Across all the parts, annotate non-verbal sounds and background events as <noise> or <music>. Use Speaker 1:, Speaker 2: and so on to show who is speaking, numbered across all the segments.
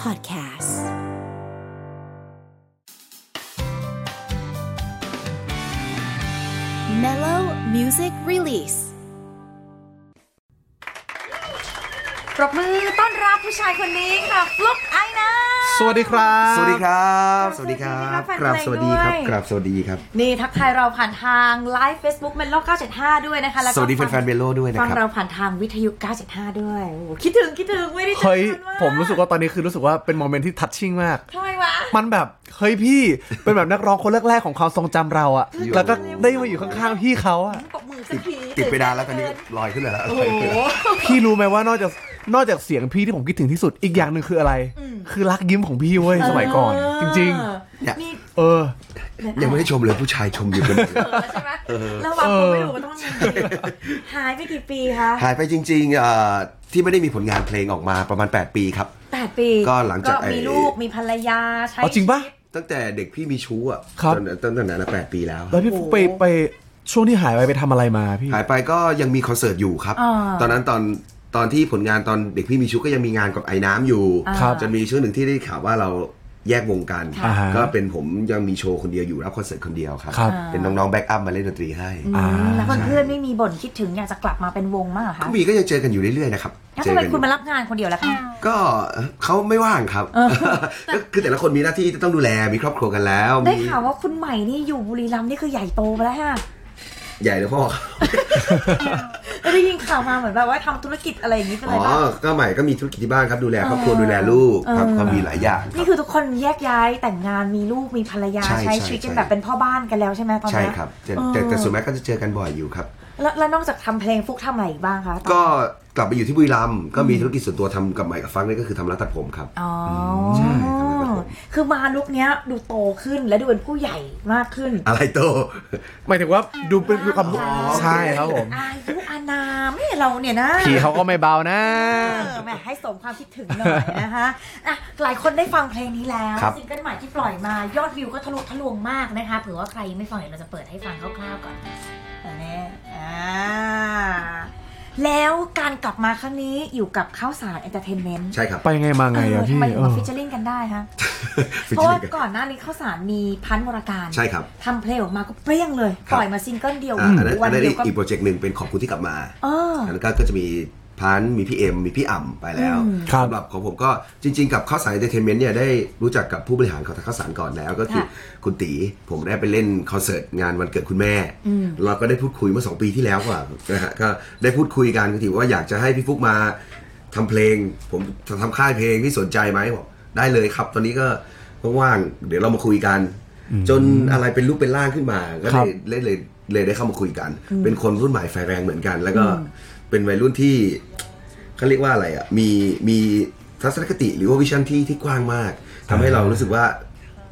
Speaker 1: Podcast Mellow Music Release
Speaker 2: ปรบมือต้อนรับผู้ชายคนนี้ค่ะฟลุกไอนะ
Speaker 3: สวัสดีครับ
Speaker 4: สวัสดีครับ
Speaker 2: สวัสดีครับ
Speaker 4: กราบ
Speaker 2: แฟนเพลง
Speaker 4: สวัสดีครับ
Speaker 2: ด้วย
Speaker 4: กราบสวัสดีครับ
Speaker 2: นี่ทักทายเราผ่านทางไลฟ์ Facebook เมนโล975 ด้วยนะคะก็
Speaker 4: สวัสดีแฟนๆเมนโลด้วยนะครับ
Speaker 2: ฟังเราผ่านทางวิทยุ 975 ด้วยโอ้โหคิดถึงคิดถึงไม่ได้จอ
Speaker 3: เฮ้ย
Speaker 2: นานาก
Speaker 3: ผมรู้สึกว่าตอนนี้คือรู้สึกว่าเป็นโมเมนต์ที่ทัชชิ่งมาก
Speaker 2: ทำไมวะ
Speaker 3: มันแบบ เฮ้ยพี่ เป็นแบบนักร้องคนแรกๆของความทรงจำเราอะ
Speaker 4: อยู่
Speaker 3: แล้วก็ได้มาอยู่ข้างๆพี่เขาอะ
Speaker 2: ปรบมือสักที
Speaker 4: ติดไปดานแล้วตอนนี้ลอยขึ้นเลยแล้ว
Speaker 2: โอ้โห
Speaker 3: พี่รู้ไหมว่านอกจาก นอกจากเสียงพี่ที่ผมคิดถึงที่สุด อีกอย่างหนึ่งคืออะไร คือรักยิ้มของพี่เว้ยสมัยก่อน จริง
Speaker 4: เนี่ย
Speaker 2: นี่
Speaker 3: ๆ เออ
Speaker 4: ยังไม่ได้ชมเลยผู้ชายชมอยู่คนเดีย
Speaker 2: เอ
Speaker 4: ว
Speaker 2: อใช่ไหมระวังตัวไม่ถูกก็ต้องยังไงหายไปกี่ปีคะ
Speaker 4: หายไปจริงๆเอ่อที่ไม่ได้มีผลงานเพลงออกมาประมาณ 8 ปีครับ
Speaker 2: แปดปี
Speaker 4: ก็หลังจากไอ้
Speaker 2: มีลูกมีภรรยาใช้
Speaker 3: เอาจริงปะ
Speaker 2: ชีวิต
Speaker 4: ตั้งแต่เด็กพี่มีชู้อ่ะ
Speaker 3: ครับ
Speaker 4: ตอนนั้นตั้งแต่นั้นนะ8ปีแล้ว
Speaker 3: แล้วพี่ฟุ๊กไปไปช่วงที่หายไปไปทำอะไรมาพี่
Speaker 4: หายไปก็ยังมีคอนเสิร์ตอยู่ครับ
Speaker 2: อ่า
Speaker 4: ตอนนั้นตอนตอนที่ผลงานตอนเด็กพี่มีชู้ก็ยังมีงานกับไอ้น้ำอยู่
Speaker 3: ครับ
Speaker 4: จนมีช่วงหนึ่งที่ได้ข่าวว่าเราแยกวงกัน
Speaker 3: อ่าฮะ
Speaker 4: ก็เป็นผมยังมีโชว์คนเดียวอยู่รับคอนเสิร์ตคนเดียวครับ
Speaker 3: ครับ
Speaker 4: เป็นน้องๆแบ็กอัพมาเล่นดนตรีให้
Speaker 3: อ่า
Speaker 2: แล้วเพื่อนๆไม่มีบ่นคิดถึงอยากจะกลับมาเป็นวงมากเหรอคะ
Speaker 4: ก็มีก็ยังเจอกันอยู่เรื่อยๆนะครับ
Speaker 2: แล้ว
Speaker 4: เจ
Speaker 2: ทำ
Speaker 4: อ
Speaker 2: ไม
Speaker 4: กัอ
Speaker 2: คุณ
Speaker 4: ยู่
Speaker 2: มารับงานคนเดียวล่ะคะ
Speaker 4: ก็ <laughs> เขาไม่ว่างครับก็คือแต่ละคนมีหน้าที่ที่ต้องดูแลมีครอบครัวกันแล้ว
Speaker 2: ได้
Speaker 4: มี
Speaker 2: ข่าวว่าคุณใหม่นี่อยู่บุรีรัมย์นี่คือใหญ่โตไปแล้ว
Speaker 4: <laughs>
Speaker 2: ฮะ
Speaker 4: ใหญ่เลยพ่อ
Speaker 2: แล้วได้ยินข่าวมาเหมือนแบบว่าทำธุรกิจอะไรอย่างนี้ไปเล
Speaker 4: อ๋
Speaker 2: ย
Speaker 4: อ
Speaker 2: ป่ะ
Speaker 4: ก็ใหม่ก็มีธุรกิจที่บ้านครับดูแลครอบครัวดูแลลูกครับ
Speaker 2: เออ
Speaker 4: ก็มีหลายอย่างค
Speaker 2: นี่
Speaker 4: รับ
Speaker 2: คือทุกคนแยกย้ายแต่งงานมีลูกมีภรรยา
Speaker 4: ใช่
Speaker 2: ใช้
Speaker 4: ใช่
Speaker 2: ชีวิตกัน
Speaker 4: ใช่
Speaker 2: แบบเป็นพ่อบ้านกันแล้วใช่ไหมตอน
Speaker 4: ใช่
Speaker 2: เนี้ย
Speaker 4: ครับแต่
Speaker 2: เออ
Speaker 4: แต่แต่ส่วนมากก็จะเจอกันบ่อยอยู่ครับ
Speaker 2: แล้วแล้วนอกจากทำเพลงฟุกทำอะไรอีกบ้างคะตอน
Speaker 4: ก็กลับไปอยู่ที่บุรีรัมย์ก็มีธุรกิจส่วนตัวทำกับใหม่กับฟังนี่ก็คือทำร้านตัดผมครับ <laughs>
Speaker 2: อ๋อ
Speaker 4: ใช่ทำงานกับผม
Speaker 2: คือมาลุกเนี้ยดูโตขึ้นและดูเป็นผู้ใหญ่มากขึ้น
Speaker 4: อะไรโต
Speaker 3: หมายถึงว่าดูเป็นดูความใช่ครับผม
Speaker 2: อายุอานามเนี่ยเราเนี่ยนะ
Speaker 3: พี่เขาก็ไม่เบานะ
Speaker 2: เออแหมให้สมความคิดถึงหน่อยนะคะอ่ะหลายคนได้ฟังเพลงนี้แล้ว
Speaker 4: ครับ
Speaker 2: ซิงเกิลใหม่ที่ปล่อยมายอดวิวก็ทะลุทะลวงมากนะคะเผื่อว่าใครยังไม่ฟังเดี๋ยวเราจะเปิดให้ฟังคร่าวๆก่อนอันนี้อ่าแล้วการกลับมาครั้งนี้อยู่กับข้าวสารเอนเตอร์เทนเมนต์
Speaker 4: ใช่ครับ
Speaker 3: ไปไงมาไงอะ
Speaker 2: ทำ
Speaker 3: พี่
Speaker 2: ไมถึง
Speaker 3: เอ
Speaker 2: มา
Speaker 3: อ
Speaker 2: ฟิชเชอร์ลิงกันได้ฮะ
Speaker 4: ฟิช
Speaker 2: เพราะ
Speaker 4: เชอ
Speaker 2: ว่า
Speaker 4: ร์ลิงกัน
Speaker 2: ก่อนหน้านี้ข้าวสารมีพันวรการ
Speaker 4: ใช่ครับ
Speaker 2: ทำเพลงออกมาก็เปรี้ยงเลย ปล่อยมาซิงเกิลเดียว
Speaker 4: อ่าอันนั้น
Speaker 2: วั
Speaker 4: อันนั้น
Speaker 2: เดียวก็
Speaker 4: อีกโปรเจกต์หนึ่งเป็นขอบคุณที่กลับมา
Speaker 2: เออ
Speaker 4: อันนั้นก็ก็จะมีพันธุ์มีพี่เอ็มมีพี่อ่ำไปแล้ว
Speaker 2: อืม
Speaker 3: ครับ
Speaker 4: สำหรับของผมก็จริง ๆ กับข้าวสารเอนเตอร์เทนเมนต์เนี่ยได้รู้จักกับผู้บริหารของทางข้าวสารก่อนแล้ว ก็คือ
Speaker 2: ค่ะ
Speaker 4: คุณตีผมได้ไปเล่นคอนเสิร์ตงานวันเกิดคุณแม่
Speaker 2: อืม
Speaker 4: เราก็ได้พูดคุยเมื่อสองปีที่แล้วกว่านะฮะก็ได้พูดคุยกันก็ถือว่าอยากจะให้พี่ฟุกมาทำเพลง ผมทำค่ายเพลงพี่สนใจไหมบอกได้เลยครับ ตอนนี้ก็ว่างๆเดี๋ยวเรามาคุยกัน จนอะไรเป็นรูปเป็นร่างขึ้นมา ก็
Speaker 3: ครั
Speaker 4: เล
Speaker 3: บ
Speaker 4: ยเลยเลยเลยได้เข้ามาคุยกัน เป็นคนรุ่นใหม่ไฟแรงเหมือนกัน แล้วก็เป็นวัยรุ่นที่ เขาเรียกว่าอะไรอ่ะ มีมีทัศนคติหรือว่าวิชั่นที่ที่กว้างมากทำให้เรารู้สึกว่า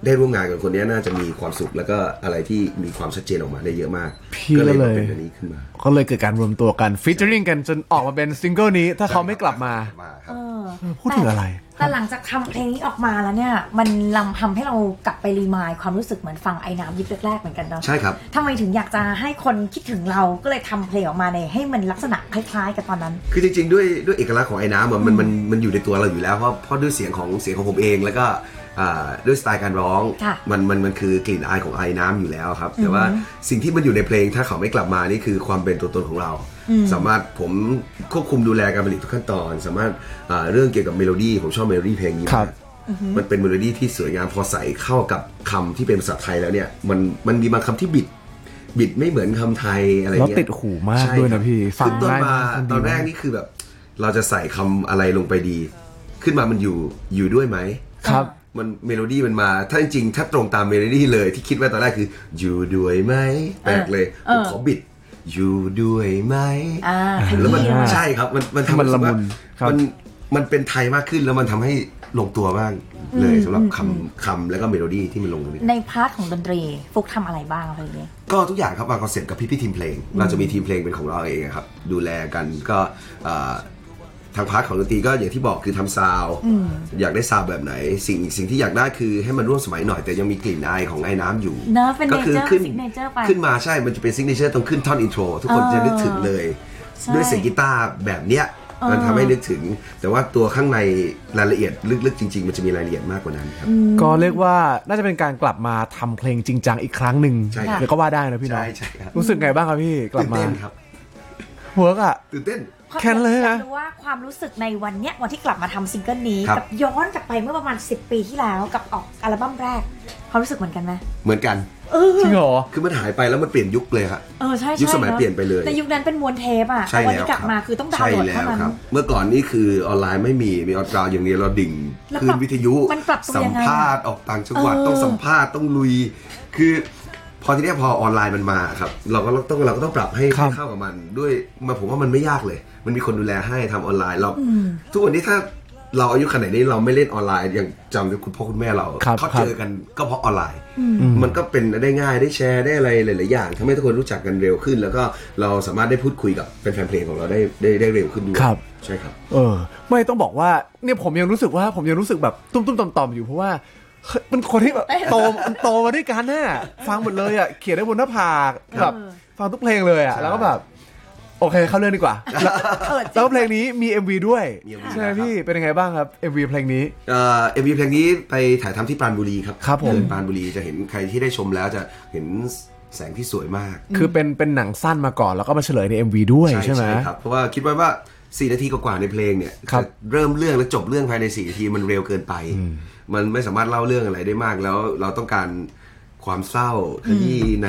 Speaker 4: ได้ร่วมงานกับคนเนี้ยน่าจะมีความสุข แล้วก็อะไรที่มีความชัดเจนออกมาได้เยอะมาก
Speaker 3: พี่
Speaker 4: ก็เลย
Speaker 3: ก็
Speaker 4: มา
Speaker 3: เลย
Speaker 4: เป็นอันนี้ขึ้นมา
Speaker 3: ก็เลยเกิดการรวมตัวกันฟิชเชอริงกันจนออกมาเป็นซิงเกิลนี้ ถ้าเขาไม่กลับมา
Speaker 4: มาค
Speaker 2: เอ
Speaker 4: รับ
Speaker 2: อ
Speaker 3: พูดถึงอะไร
Speaker 2: แต่หลังจากทำเพลงนี้ออกมาแล้วเนี่ย มันลำทำให้เรากลับไปรีมายด์ความรู้สึกเหมือนฟังไอ้น้ำยิบแรกๆเหมือนกันเนาะ
Speaker 4: ใช่ครับ
Speaker 2: ทำไมถึงอยากจะให้คนคิดถึงเราก็เลยทำเพลงออกมาในให้มันลักษณะคล้ายๆ กับตอนนั้น
Speaker 4: คือจริงๆ ด้วยด้วยเอกลักษณ์ของไอ้น้ำอะมันมันมันอยู่ในตัวเราอยู่แล้วเพราะเพราะด้วยเสียงของเสียงของผมเองแล้วก็อ่าด้วยสไตล์การร้อง
Speaker 2: ค่ะ
Speaker 4: มันมันมันคือกลิ่นอายของไอ้น้ำอยู่แล้วครับ แต่ว่าสิ่งที่มันอยู่ในเพลงถ้าเขาไม่กลับมานี่คือความเป็นตัวตนของเรา สามารถผมควบคุมดูแลการผลิตทุกขั้นตอน สามารถอ่าเรื่องเกี่ยวกับเมโลดี้ผมชอบเมโลดี้เพลงนี้
Speaker 3: ครั
Speaker 4: มา
Speaker 3: บ
Speaker 4: กมันเป็นเมโลดี้ที่สวยงามพอใส่เข้ากับคำที่เป็นภาษาไทยแล้วเนี่ยมันมันมีบางคำที่บิดบิดไม่เหมือนคำไทยอะไร
Speaker 3: แล้ว
Speaker 4: เงี้ย
Speaker 3: ติดหูมากด้วยนะพี่ ฟัง
Speaker 4: ขึ้นต้น
Speaker 3: ง่า
Speaker 4: มาม
Speaker 3: ยาก
Speaker 4: ตอนแรก
Speaker 3: ดีมาก
Speaker 4: นี่คือแบบ เราจะใส่คำอะไรลงไปดี ขึ้นมามันอยู่อยู่ด้วยไหม
Speaker 3: ครับ
Speaker 4: มันเมโลดี้มันมา ถ้าจริงๆถ้าตรงตามเมโลดี้เลยที่คิดไว้ตอนแรกคือ อยู่ด้วยไหมแปลกเลย
Speaker 2: เออ
Speaker 4: ผมขอบิด อยู่ด้วยไหม
Speaker 2: อ่าขยี้
Speaker 4: แล้วมัน
Speaker 2: เลย
Speaker 4: ใช่ครับ มันมันทำ
Speaker 3: มันละมุน
Speaker 4: ให้รู้สึก
Speaker 3: ครับ
Speaker 4: ว่ามันมันเป็นไทยมากขึ้นแล้วมันทำให้ลงตัวบ้างเลยสำหรับคำคำแล้วก็เมโลดี้ที่มันลงกัน
Speaker 2: ในพาร์ทของดนตรีฟุกทำอะไรบ้างเพลงนี้
Speaker 4: ก็ทุกอย่างครับวางคอนเซ็ปต์กับพี่พี่ๆทีมเพลง เราจะมีทีมเพลงเป็นของเราเองอะครับ ดูแลกันก็เอ่อทางพาร์ทของดนตรีก็อย่างที่บอกคือทำซาวด์อยากได้ซาวด์แบบไหน สิ่งสิ่งที่อยากได้คือให้มันร่วมสมัยหน่อยแต่ยังมีกลิ่นอายของไอ้น้ำอยู่
Speaker 2: เนอะเป็น
Speaker 4: ก็
Speaker 2: เน
Speaker 4: คื
Speaker 2: เจอร์
Speaker 4: ขึ้น
Speaker 2: ซิกเนเจอร์ไป
Speaker 4: ขึ้นมาใช่มันจะเป็นซิกเนเจอร์ตรงขึ้นท่อนอินโทรทุกคน
Speaker 2: เออ
Speaker 4: จะนึกถึงเลย
Speaker 2: ใช่
Speaker 4: ด้วยเสียงกีตาร์แบบเนี้ย มันทำให้นึกถึง แต่ว่าตัวข้างในรายละเอียดลึกๆจริง ๆ มันจะมีรายละเอียดมากกว่านั้นครับ
Speaker 3: ก็เรียกว่าน่าจะเป็นการกลับมาทำเพลงจริงจังอีกครั้งหนึ่ง
Speaker 4: ใช่ครับ
Speaker 3: เดี๋ยวก็ว่าได้นะพี่เน้อ
Speaker 4: ใช่
Speaker 3: ง
Speaker 4: ใช่ครับ
Speaker 3: รู้สึกไงบ้างครับพี่กลั
Speaker 4: ตื่
Speaker 3: บ
Speaker 4: น
Speaker 3: มา
Speaker 4: เต้นครับ
Speaker 3: เวิร์กอ่ะ
Speaker 4: ตื่นเต้น
Speaker 3: แค่นั้นเลย
Speaker 2: อยา
Speaker 3: นะ
Speaker 2: กรู้ว่าความรู้สึกในวันเนี้ยวันที่กลับมาทำซิงเกิลนี้
Speaker 4: ครับ
Speaker 2: กับย้อนกลับไปเมื่อประมาณ 10 ปีที่แล้วกับออกอัลบั้มแรกความรู้สึกเหมือนกันไหม
Speaker 4: เหมือนกัน
Speaker 2: เออ
Speaker 3: จริงเหรอ
Speaker 4: คือมันหายไปแล้วมันเปลี่ยนยุคเลยครับ
Speaker 2: เออใช่ใช่
Speaker 4: ยุคสมัย
Speaker 2: อะ
Speaker 4: เปลี่ยนไปเลย
Speaker 2: แต่ยุคนั้นเป็นมวนเทปอ่ะ
Speaker 4: ใช่
Speaker 2: แต่วัน
Speaker 4: แล้ว
Speaker 2: ที่กลับมาคือต้องดาว
Speaker 4: ใช่
Speaker 2: น์โหลด
Speaker 4: แล้
Speaker 2: เท่าว นั้น
Speaker 4: ครับ เมื่อก่อนนี่คือออนไลน์ไม่มี มีออนไลน์อย่างเดียวเราดิ่ง
Speaker 2: แล้ว
Speaker 4: คลื
Speaker 2: ปรั
Speaker 4: น
Speaker 2: บ
Speaker 4: วิทยุ
Speaker 2: มันปรับตัว
Speaker 4: สั
Speaker 2: ยั
Speaker 4: ม
Speaker 2: งไงอะ
Speaker 4: ภาษณ์ออกต่างจังหวัด
Speaker 2: เออ
Speaker 4: ต้องสัมภาษณ์ต้องลุย คือ พอทีเนี้ยพอออนไลน์มันมาครับ เราก็ต้องเราก็ต้องปรับให้
Speaker 3: ครับ
Speaker 4: ให้เข้ากับมันด้วยมาผมว่ามันไม่ยากเลย มันมีคนดูแลให้ทำออนไลน์เราทุกวันนี้ถ้าเราอายุขนาดนี้เราไม่เล่นออนไลน์อย่างจำได้คุณพ่อคุณแม่เรา
Speaker 3: ครับ
Speaker 4: เขา
Speaker 3: ครับ
Speaker 4: เจอกันก็เพราะออนไลน์ มันก็เป็นได้ง่ายได้แชร์ได้อะไรหลาย ๆ อย่างทำให้ทุกคนรู้จักกันเร็วขึ้น แล้วก็เราสามารถได้พูดคุยกับแฟนๆเพลงของเราได้ได้ได้เร็วขึ้นด้วย
Speaker 3: ครับ
Speaker 4: ใช่ครับ
Speaker 3: เออ ไม่ต้องบอกว่าเนี่ยผมยังรู้สึกว่าผมยังรู้สึกแบบตุ้มตุ้มๆต่อมๆอยู่เพราะว่าเฮ้ยเป็นคนที่แบบโตมันโตมาด้วยกันน่ะฟังหมดเลยอ่ะเขียนได้บนหน้าผากแบบฟังทุกเพลงเลยอ่ะ
Speaker 4: ใช่
Speaker 3: แล้วก็แบบ โอเคเข้าเรื่องดี
Speaker 4: <laughs>
Speaker 3: กว่า แล้ว
Speaker 2: เออจริง
Speaker 3: แล้วเพลงนี้มี MV ด้วย
Speaker 4: มี MV
Speaker 3: ใช่ไหม
Speaker 4: นะครับ
Speaker 3: พี่เป็นยังไงบ้างครับ MV เพลงนี้
Speaker 4: เอ่อ็มวีเพลงนี้ไปถ่ายทำที่ปรานบุรีครับ
Speaker 3: ครับผม
Speaker 4: เดินปรานบุรีจะเห็นใครที่ได้ชมแล้วจะเห็นแสงที่สวยมาก
Speaker 3: คือเป็นเป็นหนังสั้นมาก่อนแล้วก็มาเฉลยใน MV ด้วยใช่ไหม
Speaker 4: ครับเพราะว่าคิดไว้ว่า 4 นาทีกว่าๆในเพลงเนี่ย
Speaker 3: ครั
Speaker 4: จะ
Speaker 3: บ
Speaker 4: เริ่มเรื่องและจบเรื่องภายใน 4 นาทีมันเร็วเกินไป มันไม่สามารถเล่าเรื่องอะไรได้มากแล้วเราต้องการความเศร้าขยี้ใน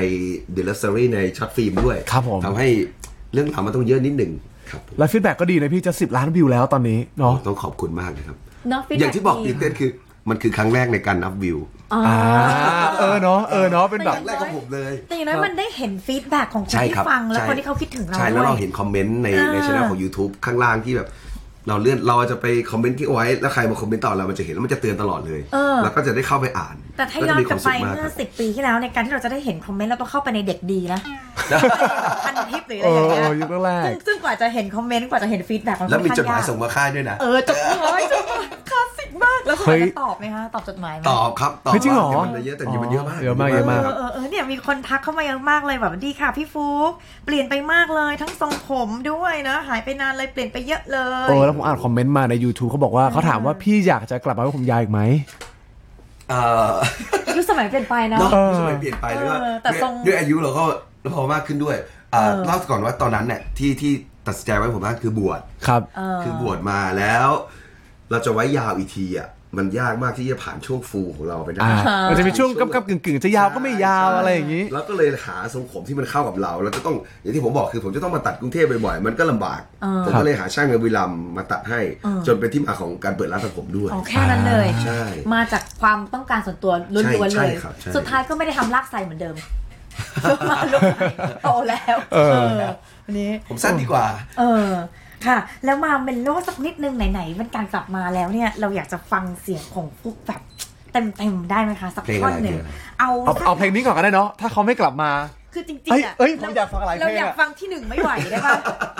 Speaker 4: เดลัสซอรี่ในช็อตฟิล์มด้วย
Speaker 3: ครับผม
Speaker 4: ทำให้เรื่องราวมันต้องเยอะนิดหนึ่งครับผม
Speaker 3: แล้วฟีดแบ็กก็ดีนะพี่จะ 10 ล้านวิวแล้วตอนนี้เนาะ
Speaker 4: ต้องขอบคุณมากนะครับ
Speaker 2: เนะฟีดแ
Speaker 4: อย่างที่บอกตื่นเต้นคือ มันคือครั้งแรกในการนับวิว
Speaker 3: อ่าเออเนาะเออเนาะเป็นแบ
Speaker 4: ค
Speaker 3: บ
Speaker 4: รั้งแรกของผมเลย
Speaker 2: แต่อย่างน้อยมันได้เห็นฟีดแบ็กของคน
Speaker 4: ใช่
Speaker 2: ที่
Speaker 4: ครับ
Speaker 2: ฟังและ
Speaker 4: ใช่
Speaker 2: คนที่เขาคิดถึงเรา
Speaker 4: ใช่ แล้ว
Speaker 2: ด้
Speaker 4: เรา
Speaker 2: วย
Speaker 4: เห็นคอมเมนต์ใน
Speaker 2: เออ
Speaker 4: ในช่องของ YouTube ข้างล่างที่แบบ เราเลื่อนเราจะไปคอมเมนต์ที่เอาไว้ แล้วใครมาคอมเมนต์ต่อเรา มันจะเห็นแล้วมันจะเตือนตลอดเลยแล้วก็จะได้เข้าไปอ่าน
Speaker 2: แต่ถ้าย้อนกลับไป
Speaker 4: จะมีค
Speaker 2: เมื่อ
Speaker 4: วามสุขมาก
Speaker 2: สิบปีที่แล้วในการที่เราจะได้เห็นคอมเมนต์เราต้องเข้าไปในเด็กดี
Speaker 4: <laughs>
Speaker 2: นะพันทิปหรืออะไรอย่างเงี้
Speaker 3: เอย อเออยุคแรกๆ
Speaker 2: ซึ่งซึ่งกว่าจะเห็นคอมเมนต์กว่าจะเห็นฟีดแบ็ก
Speaker 4: แล้วมีจดหมายส่งมาค่ายด้วยนะ
Speaker 2: เออจดหมายจดหมายคลาสสิกมากแล้วส
Speaker 3: เฮ้
Speaker 2: มัย
Speaker 3: ย
Speaker 2: จะตอบไหมคะตอบจดหมายไหม
Speaker 4: ตอบครับ ตอบ
Speaker 3: เฮ้ยจริงเหรอ
Speaker 4: ว่ามันเยอะแต่มันเยอะมาก
Speaker 3: เยอะมากเยอะมาก
Speaker 2: เออเออเออเนี่ยมีคนทักเข้ามาเยอะมากเลยแบบดีค่ะพี่ฟุกเปลี่ยนไปมากเลยทั้งทรงผมด้วยนะหายไปนานเลยเปลี่ยนไปเยอะเลย
Speaker 3: เออแล้วผมอ่านคอมเมนต์มาใน YouTube เขาบอกว่าเขาถามว่าพี่อยากจะกลับมาไว้ผมยาวอีกไหม
Speaker 4: เออ
Speaker 2: ยุคสมัยเปลี่ยนไปเน
Speaker 4: เนาะ
Speaker 2: อะ
Speaker 4: สมัยเปลี่ยนไปแล้วก็
Speaker 2: เออแต่
Speaker 4: ด้วย
Speaker 2: ทรง
Speaker 4: ด้วยอายุเราก็เราพอมากขึ้นด้วยอ่า
Speaker 2: เออ
Speaker 4: เล่าก่อนว่าตอนนั้นเนี่ยที่ที่ตัดสินใจไว้ผมว่าคือบวช
Speaker 3: ครับ
Speaker 2: เออ
Speaker 4: คือบวชมาแล้ว เราจะไว้ยาวอีกทีอ่ะมันยากมากที่จะผ่านช่วงฟูของเราไปได้
Speaker 3: อ่า มันจะมีช่วง
Speaker 4: ช่วง
Speaker 3: กำกับกึ่งๆ จะยาวก็ไม่ยาวอะไรอย่างนี้
Speaker 4: แล้วก็เลยหาทรงผมที่มันเข้ากับเรา แล้วจะต้องอย่างที่ผมบอกคือผมจะต้องมาตัดกรุงเทพบ่อยๆมันก็ลำบาก
Speaker 2: เออ
Speaker 4: ผมก็เลยหาช่างในบุรีรัมย์มาตัดให้
Speaker 2: เออ
Speaker 4: จนเป็นที่มาของการเปิดร้านตัดผมด้วย
Speaker 2: อ๋อแค่นั้นเลย
Speaker 4: ใช่
Speaker 2: มาจากความต้องการส่วนตัวล้วนๆ
Speaker 4: ใช่
Speaker 2: เลย
Speaker 4: ครับใช่
Speaker 2: สุดท้ายก็ไม่ได้ทำลากไซเหมือนเดิมมาลุกใหม่โตแล้ว
Speaker 3: เออ
Speaker 2: วันนี้
Speaker 4: ผมสั้นดีกว่า
Speaker 2: เออค่ะ แล้วมาเมนโลสักนิดนึงไหนๆเป็นการกลับมาแล้วเนี่ย เราอยากจะฟังเสียงของฟุกแบบเต็มๆได้ไหมคะสัก
Speaker 4: เพลงอะไร
Speaker 2: ท่อนหนึ่ง
Speaker 4: เพลงอะไร
Speaker 2: เอา
Speaker 3: เอาเอาเพลงนี้ก่อนก็ได้เนาะ ถ้าเขาไม่กลับมา
Speaker 2: คือจริง
Speaker 3: เอ้ย
Speaker 2: ๆอ่ะ
Speaker 3: เอ้ยผมอยากฟังหลายเพลงอะ
Speaker 2: เราอยากฟังที่หนึ่งไม่ไหวได้ปะ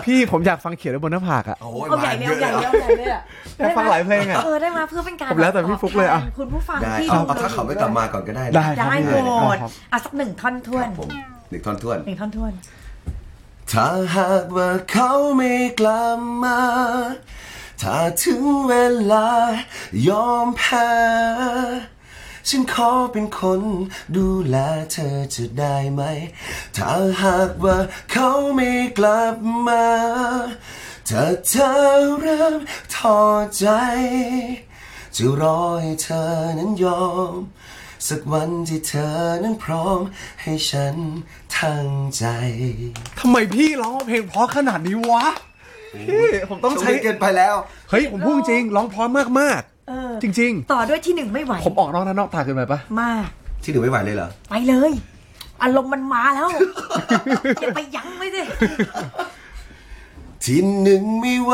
Speaker 3: พี่ผมอยากฟังเขียนไว้บนหน้าผากอะ
Speaker 4: <laughs> โอ้ย
Speaker 2: เอาใหญ่
Speaker 4: มา
Speaker 2: เลย
Speaker 4: เย
Speaker 2: เอา
Speaker 4: อะ
Speaker 2: ใหญ่เลยว เอาใหญ่เล
Speaker 4: แล้
Speaker 2: ยอะ
Speaker 3: อยากฟังหลายเพลงอะ
Speaker 2: เออได้มาเพื่อเป็นการ
Speaker 3: ผมแล้วแต่พี่ฟุ๊กเลยอะ
Speaker 2: ตอบแทนคุณผู้ฟัง
Speaker 4: ได้
Speaker 2: ที่
Speaker 4: เอาเอา
Speaker 2: ดู
Speaker 4: ถ้าเขาไม่กลับมาก่อนก็ได้นะ
Speaker 3: ได้ครับ
Speaker 2: ได้หมด
Speaker 3: ครับ
Speaker 2: อ่ะสักหนึ่งท่อนท้ว
Speaker 4: คน รับผมหนึ่งท่อนท้วน
Speaker 2: หนึ่งท่อนท้วน
Speaker 4: ถ้าหากว่าเขาไม่กลับมา ถ้าถึงเวลายอมแพ้ ฉันขอเป็นคนดูแลเธอจะได้ไหม ถ้าหากว่าเขาไม่กลับมา ถ้าเธอเริ่มท้อใจ จะรอให้เธอนั้นยอม สักวันที่เธอนั้นพร้อมให้ฉันทั้งใจ
Speaker 3: ทำไมพี่ร้องเพลงเพราะขนาดนี้วะ พี่ผมต้อง
Speaker 4: ต้อง
Speaker 3: ใช้
Speaker 4: ใช้เกินไปแล้ว
Speaker 3: เฮ้ยผมพูดจริงร้องเพราะมากมากๆ
Speaker 2: เออ
Speaker 3: จริง
Speaker 2: ต่อด้วยที่หนึ่งไม่ไหว
Speaker 3: ๆ ผมออกนอกหน้านอกทางเกินไปปะ
Speaker 2: มาก
Speaker 4: ที่หนึ่งไม่ไหวเลยเหรอ
Speaker 2: ไปเลย อารมณ์มันมาแล้ว อย่าไปยั้งไว้สิ
Speaker 4: ที่หนึ่งไม่ไหว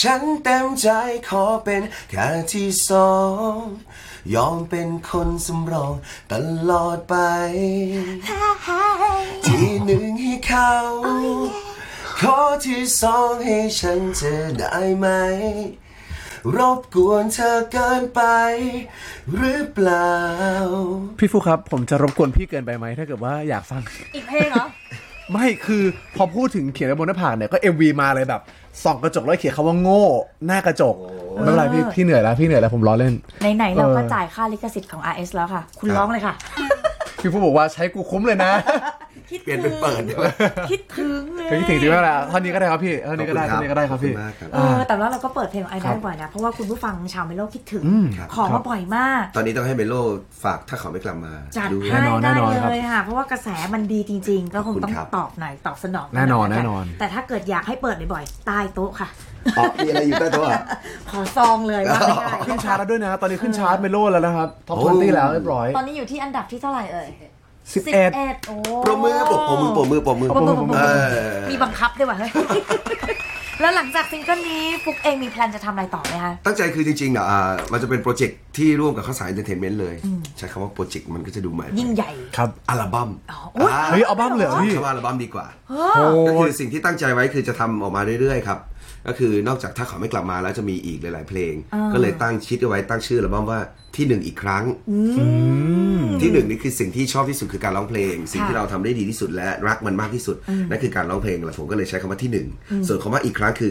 Speaker 4: ฉันเต็มใจขอเป็นแค่ที่สอง ยอมเป็นคนสำรองตลอดไป ที่หนึ่งให้เขา ขอที่สองให้ฉันเจอได้ไหม รบกวนเธอเกินไป หรือเปล่า
Speaker 3: พี่ฟุกครับ ผมจะรบกวนพี่เกินไปไหมถ้าเกิดว่าอยากฟัง
Speaker 2: อีกเพลงเหรอ
Speaker 3: ไม่คือพอพูดถึงเขียนบนหน้าผากเนี่ยก็ MV มาเลยแบบส่องกระจกแล้วเขียนคำว่าโง่หน้ากระจกไม่เป็นไรพี่พี่เหนื่อยแล้วพี่เหนื่อยแล้วผมล้อเล่น
Speaker 2: ไหนๆเราก็
Speaker 3: เออ
Speaker 2: จ่ายค่าลิขสิทธิ์ของ RS แล้วค่ะ คุณร้องเลยค่ะ
Speaker 3: พี่ผู้บอกว่าใช้กูคุ้มเลยนะ
Speaker 2: คิด
Speaker 4: เปลี่ยน
Speaker 2: ถึ
Speaker 4: เป็น
Speaker 2: ง
Speaker 4: เปิดได้ไหม
Speaker 2: คิดถึงเลย
Speaker 3: ถึงถึงจริงแล้วละเท่านี้ก็ได้ครับพี่เท่านี้ก็ได้
Speaker 4: ขอบ
Speaker 3: เท่า
Speaker 4: คุณครับ
Speaker 3: นี้ก็ได้ครับพี่
Speaker 4: ขอบคุณมากครับ
Speaker 2: เอ
Speaker 3: อ่า
Speaker 2: อแต่ว่าเราก็เปิดเพลงไอ
Speaker 3: ครั
Speaker 2: ได้
Speaker 3: บ
Speaker 2: บ่อยนะ เพราะว่าคุณผู้ฟังชาวเมโลคิดถึง
Speaker 3: อืม
Speaker 2: ขอ
Speaker 3: ครั
Speaker 2: มา
Speaker 3: บ
Speaker 2: บ่อยมาก
Speaker 4: ตอนนี้ต้องให้เมโลฝากถ้าเขาไม่กลับมา
Speaker 2: จัด
Speaker 4: ด้วย
Speaker 2: ให้
Speaker 3: แน่นอน
Speaker 2: ได้
Speaker 3: แน่นอนครับ
Speaker 2: เลยค่ะ เพราะว่ากระแสมันดีจริง ๆ ก็คงต้อง
Speaker 4: ขอบคุณครับ
Speaker 2: ตอบหน่อยตอบสนอง
Speaker 3: แน่นอ
Speaker 2: ห
Speaker 3: น
Speaker 2: ยะ
Speaker 3: แน่
Speaker 2: คะ
Speaker 3: นอน
Speaker 2: แต่ถ้าเกิดอยากให้เปิดบ่อยๆใต้โต๊ะค่ะ
Speaker 4: อ๋อมีอะไรอยู่ใต้โต๊ะอ่ะ
Speaker 2: <laughs> ขอซองเลยว่าไม่ได้
Speaker 3: ขึ้นชาร์ตแล้วด้วยนะ ตอนนี้ขึ้นชาร์ตเมโลแล้วนะครับท็อปทนี่แล้วเรียบร้อย
Speaker 2: ตอนนี้อยู่ที่อันดับที่เท่าไหร่เอ่ย
Speaker 3: 11
Speaker 2: โอ้
Speaker 4: ปรบมือปรบมือปรบมือปรบมือ
Speaker 2: ปรบมือปรบมือ
Speaker 4: เออ
Speaker 2: มีบังคับด้วยว่ะเฮ้ย <laughs> แล้วหลังจากซิงเกิลนี้ฟุกเองมีแพลนจะทำอะไรต่อไหมคะ
Speaker 4: ตั้งใจคือจริงๆเนี่ยอ่ามันจะเป็นโปรเจกต์ที่ร่วมกับข้าวสารเอนเตอร์เทนเมนต์เลย ใช้คำว่าโปรเจกต์มันก็จะดูใหม่
Speaker 2: ยิ่งใหญ่
Speaker 3: ครับ
Speaker 4: อัลบั้ม
Speaker 2: อ๋ออุ๊ย
Speaker 4: า
Speaker 3: เฮ้ยอัลบั้มเหลือพี่
Speaker 4: คำว่าอัลบั้มดีกว่า
Speaker 2: เออ
Speaker 4: ก็คือสิ่งที่ตั้งใจไว้คือจะทำออกมาเรื่อยๆครับ ก็คือนอกจากถ้าเขาไม่กลับมาแล้วจะมีอีกหลาย ๆ เพลง
Speaker 2: อ่า
Speaker 4: ก็เลยตั้งชิดเอาไว้ตั้งชื่ออัลบั้มว่าที่หนึ่งอีกครั้ง ที่หนึ่งนี่คือสิ่งที่ชอบที่สุดคือการร้องเพลง สิ่งที่เราทำได้ดีที่สุดและรักมันมากที่สุดนั่นคือการร้องเพลงแหละผมก็เลยใช้คำว่าที่หนึ่งส่วนคำว่าอีกครั้งคือ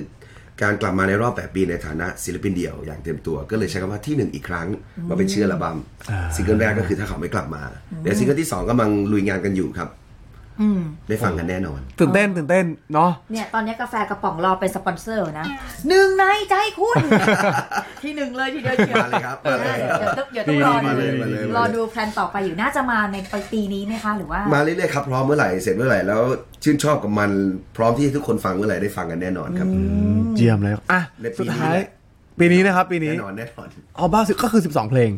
Speaker 4: การกลับมาในรอบแปดปีในฐานะศิลปินเดี่ยวอย่างเต็มตัวก็เลยใช้คำว่าที่หนึ่งอีกครั้งมาเป็นชื่ออัลบั้มซิงเกิลแรกก็คือถ้าเขาไม่กลับมาเดี๋ยวซิงเกิลที่สองกำลังลุยงานกันอยู่ครับได้ฟังกันแน่นอน
Speaker 3: ตื่นเต้นตื่นเต้นเนาะ
Speaker 2: เนี่ยตอนนี้กาแฟกระป๋องรอเป็นสปอนเซอร์นะหนึ่งในใจคุณ <laughs> ที่หนึ่งเลยทีเดียวเชียว
Speaker 4: มาเลยครับมาเลย
Speaker 2: เดี๋ยวต้องเดี๋ยวต้องรอ
Speaker 3: มา
Speaker 2: ดู
Speaker 3: เลย
Speaker 4: มาเลย
Speaker 2: รอดูแพลนต่อไปอยู่น่าจะมาในปีนี้ไหมคะหรือว่า
Speaker 4: มาเรื่อยๆครับพร้อมเมื่อไหร่เสร็จเมื่อไหร่แล้วชื่นชอบกับมันพร้อมที่ทุกคนฟังเมื่อไหร่ได้ฟังกันแน่นอนครับ
Speaker 3: เยี่ยมเลยอ่ะ
Speaker 4: ในปีนี้
Speaker 3: สุดท้าย ปีนี้นะครับ ปีนี้
Speaker 4: แน่นอนแน่นอน
Speaker 3: อัลบั้มสิก็คือ 12 เพลง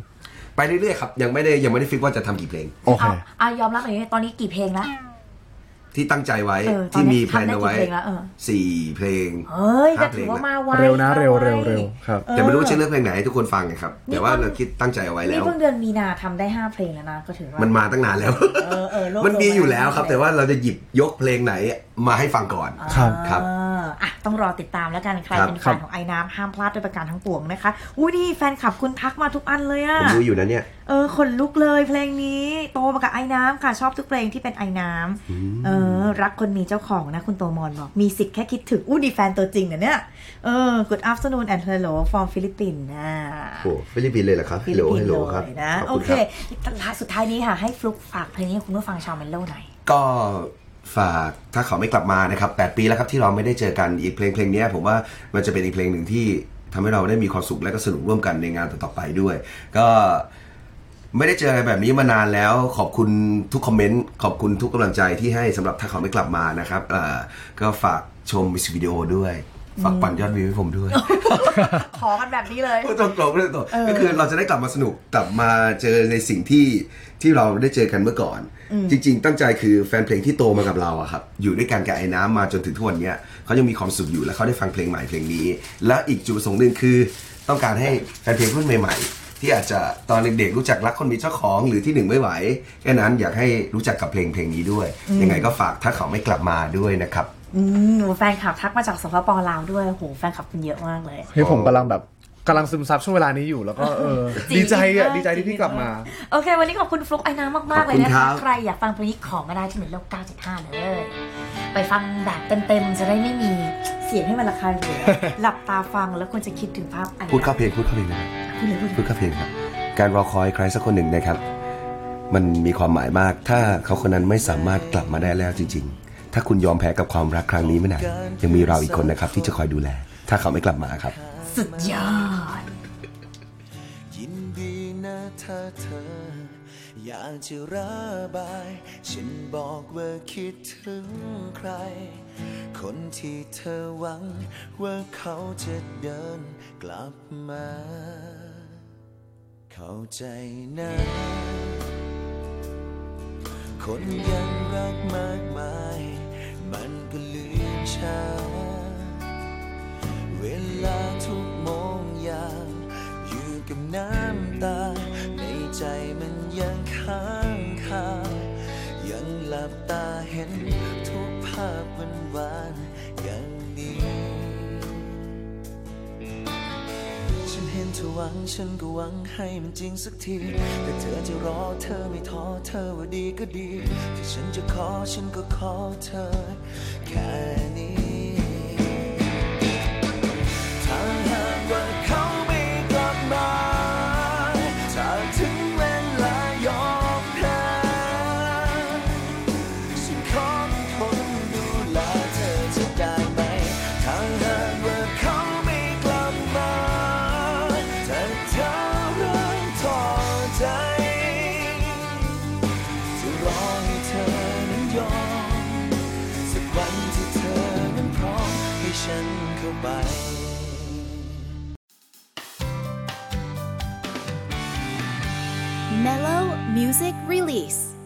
Speaker 4: ไปเรื่อยๆครับยังไม่ได้ยังไม่ได้ฟิกว่าจะทำกี่เพลง
Speaker 3: โอเค
Speaker 2: เอาเอายอมรับอย่างนี้ตอนนี้กี่เพลงละ
Speaker 4: ที่ตั้งใจไว้
Speaker 2: เออตอนนี้
Speaker 4: ที่มีแพลนเอาไว้
Speaker 2: ทำได้กี่เพลงแล้วเออ
Speaker 4: สี่เพลง
Speaker 2: เฮ้ย
Speaker 4: ห้
Speaker 2: ก็ถือว่ามาไว
Speaker 3: เร็วนะเร็ว
Speaker 2: มาไ
Speaker 3: เร็วเร็วครับ
Speaker 4: แต่ไม่รู้ว่าจะเลือกเพลงไหนให้ทุกคนฟังไงครับ แต่ว่า
Speaker 2: นี่เพิ่ง
Speaker 4: เราคิดตั้งใจเอาไว้แล้
Speaker 2: นี่
Speaker 4: ว
Speaker 2: เพิ่งเดือนมีนาทำได้ห้าเพลงแล้วนะก็ถือว่า
Speaker 4: มันมาตั้งนานแล้ว
Speaker 2: เออเออโลก
Speaker 4: มันมีอยู่
Speaker 2: โลก
Speaker 4: แล้วครับ
Speaker 2: โลก
Speaker 4: แต่ว่าเราจะหยิบยกเพลงไหนมาให้ฟังก่อน
Speaker 3: ครับ
Speaker 4: ครับ
Speaker 2: อ่าอ่ะต้องรอติดตามแล้วกันใคร
Speaker 4: ครับ
Speaker 2: เป็นแฟนของไอ้น้ำห้ามพลาดด้วยประการทั้งปวงนะคะอุ้ยนี่แฟนคลับคุณทักมาทุกอันเลย
Speaker 4: ผ
Speaker 2: อะ
Speaker 4: มรู้อยู่นะเนี่ย
Speaker 2: เออขนลุกเลยเพลงนี้โตมากับไอ้น้ำค่ะชอบทุกเพลงที่เป็นไอ้น้ำเออรักคนมีเจ้าของนะคุณโตมอนบอกมีสิทธิ์แค่คิดถึงอู้ดีแฟนตัวจริงนะเนี่ยเออ Good afternoon and hello from Philippines นะ
Speaker 4: โอ้ฟิลิปปินส์เลยเหรอครับฮัลโหลฮัลโหลครับ
Speaker 2: เลยนะ
Speaker 4: ขอบ
Speaker 2: โอ
Speaker 4: คุณ
Speaker 2: เค
Speaker 4: ครับ
Speaker 2: ท้ายสุดท้ายนี้ค่ะ ให้ฟลุกฝากเพลงนี้ให้คุณผู้ฟังชาวเมนโล่ห
Speaker 4: <laughs>
Speaker 2: น่อย
Speaker 4: ก็ฝากถ้าเขาไม่กลับมานะครับ 8 ปีแล้วครับที่เราไม่ได้เจอกันอีกเพลงเพลงเนี้ยผมว่ามันจะเป็นอีกเพลงหนึ่งที่ทำให้เราได้มีความสุขและก็สนุกร่วมกันในงานต่อๆไปด้วย ก็ไม่ได้เจออะไรแบบนี้มานานแล้ว ขอบคุณทุกคอมเมนต์ขอบคุณทุกกำลังใจที่ให้สำหรับถ้าเขาไม่กลับมานะครับเอ่อก็ฝากชมมิวสิกวิดีโอด้วย ฝากปั่นยอดวิวให้ผมด้วย
Speaker 2: ขอกันแบบนี้เลย
Speaker 4: พูดตรงๆพูดตรงๆก็คือเราจะได้กลับมาสนุกกลับมาเจอในสิ่งที่ที่เราได้เจอกันเมื่อก่อน จริง ๆ ตั้งใจคือแฟนเพลงที่โตมากับเราอะครับอยู่ด้วยกันกับไอ้น้ำมาจนถึงทุกวันเนี้ยเขายังมีความสุขอยู่และเขาได้ฟังเพลงใหม่เพลงนี้ และอีกจุดประสงค์หนึ่งคือ ต้องการให้แฟนเพลงรุ่นใหม่ ๆ ที่อาจจะตอนเด็กๆรู้จักรักคนมีเจ้าของหรือที่หนึ่งไม่ไหวแค่นั้นอยากให้รู้จักกับเพลงเพลงนี้ด้วย ยังไงก็ฝากถ้าเขาไม่กลับมาด้วยนะครับ
Speaker 2: อืมโหแฟนคลับทักมาจากสปปลาวด้วยโอ้โหแฟนคลับคุณเยอะมากเลย
Speaker 3: เฮ้ยผมกำลังแบบกำลังซึมซับช่วงเวลานี้อยู่แล้วก็เออ
Speaker 2: จริง
Speaker 3: ดีใจอ่ะ
Speaker 2: มาก
Speaker 3: ดีใจที่พี่กลับมา
Speaker 2: โอเค วันนี้ขอบคุณฟลุกไอ้น้ำมาก ๆ
Speaker 4: ข
Speaker 2: เล
Speaker 4: อ
Speaker 2: ย
Speaker 4: บคุณ
Speaker 2: นะ
Speaker 4: ครั
Speaker 2: คะ
Speaker 4: บ
Speaker 2: ใครอยากฟังเพลงนี้ขอมาได้ที่หนึ่งโลก9.5 เลย ไปฟังแบบเต็ม ๆ จะได้ไม่มีเสียงให้มันระคายหู
Speaker 4: <laughs>
Speaker 2: หลับตาฟังแล้วควรจะคิดถึงภาพไอ้
Speaker 4: พูดเข้าเพลงพูดเข้าเพลงนะ
Speaker 2: พูดเลยพูดเลย
Speaker 4: เพื่อข้าเพลงครับการรอคอยใครสักคนหนึ่งนะครับ มันมีความหมายมาก ถ้าเขาคนนั้นไม่สามารถกลับมาได้แล้วจริง ๆ ถ้าคุณยอมแพ้กับความรักครั้งนี้ไม่นานยังมีเราอีกคนนะครับ ที่จะคอยดูแล ถ้าเขาไม่กลับมาครับ
Speaker 2: สุดยอด
Speaker 5: ยินดีนะถ้าเธอ อยากจะระบาย ฉันบอกว่าคิดถึงใคร คนที่เธอหวัง ว่าเขาจะเดินกลับมา เข้าใจนะ คนยังรักมากมาย มันก็ลืมช้า เวลาทุกโมงยามอยู่กับน้ำตา ในใจมันยังค้างคา ยังหลับตาเห็นทุกภาพวันวานๆอย่างนี้ ฉันเห็น เธอหวังฉันก็หวังให้มันจริงสักที แต่เธอจะรอเธอไม่ท้อเธอว่าดีก็ดี ที่ฉันจะขอฉันก็ขอเธอ แค่นี้ ถ้าหากว่าเขาไม่กลับมา ถ้าถึงเวลายอมแพ้ฉันขอเป็นคนดูแลเธอจะได้ไหม ถ้าหากว่าเขาไม่กลับมาถ้าเธอเริ่มท้อใจ จะรอให้เธอนั้นยอม สักวันที่เธอนั้นพร้อมให้ฉันเข้าไป
Speaker 1: Mellow Music Release.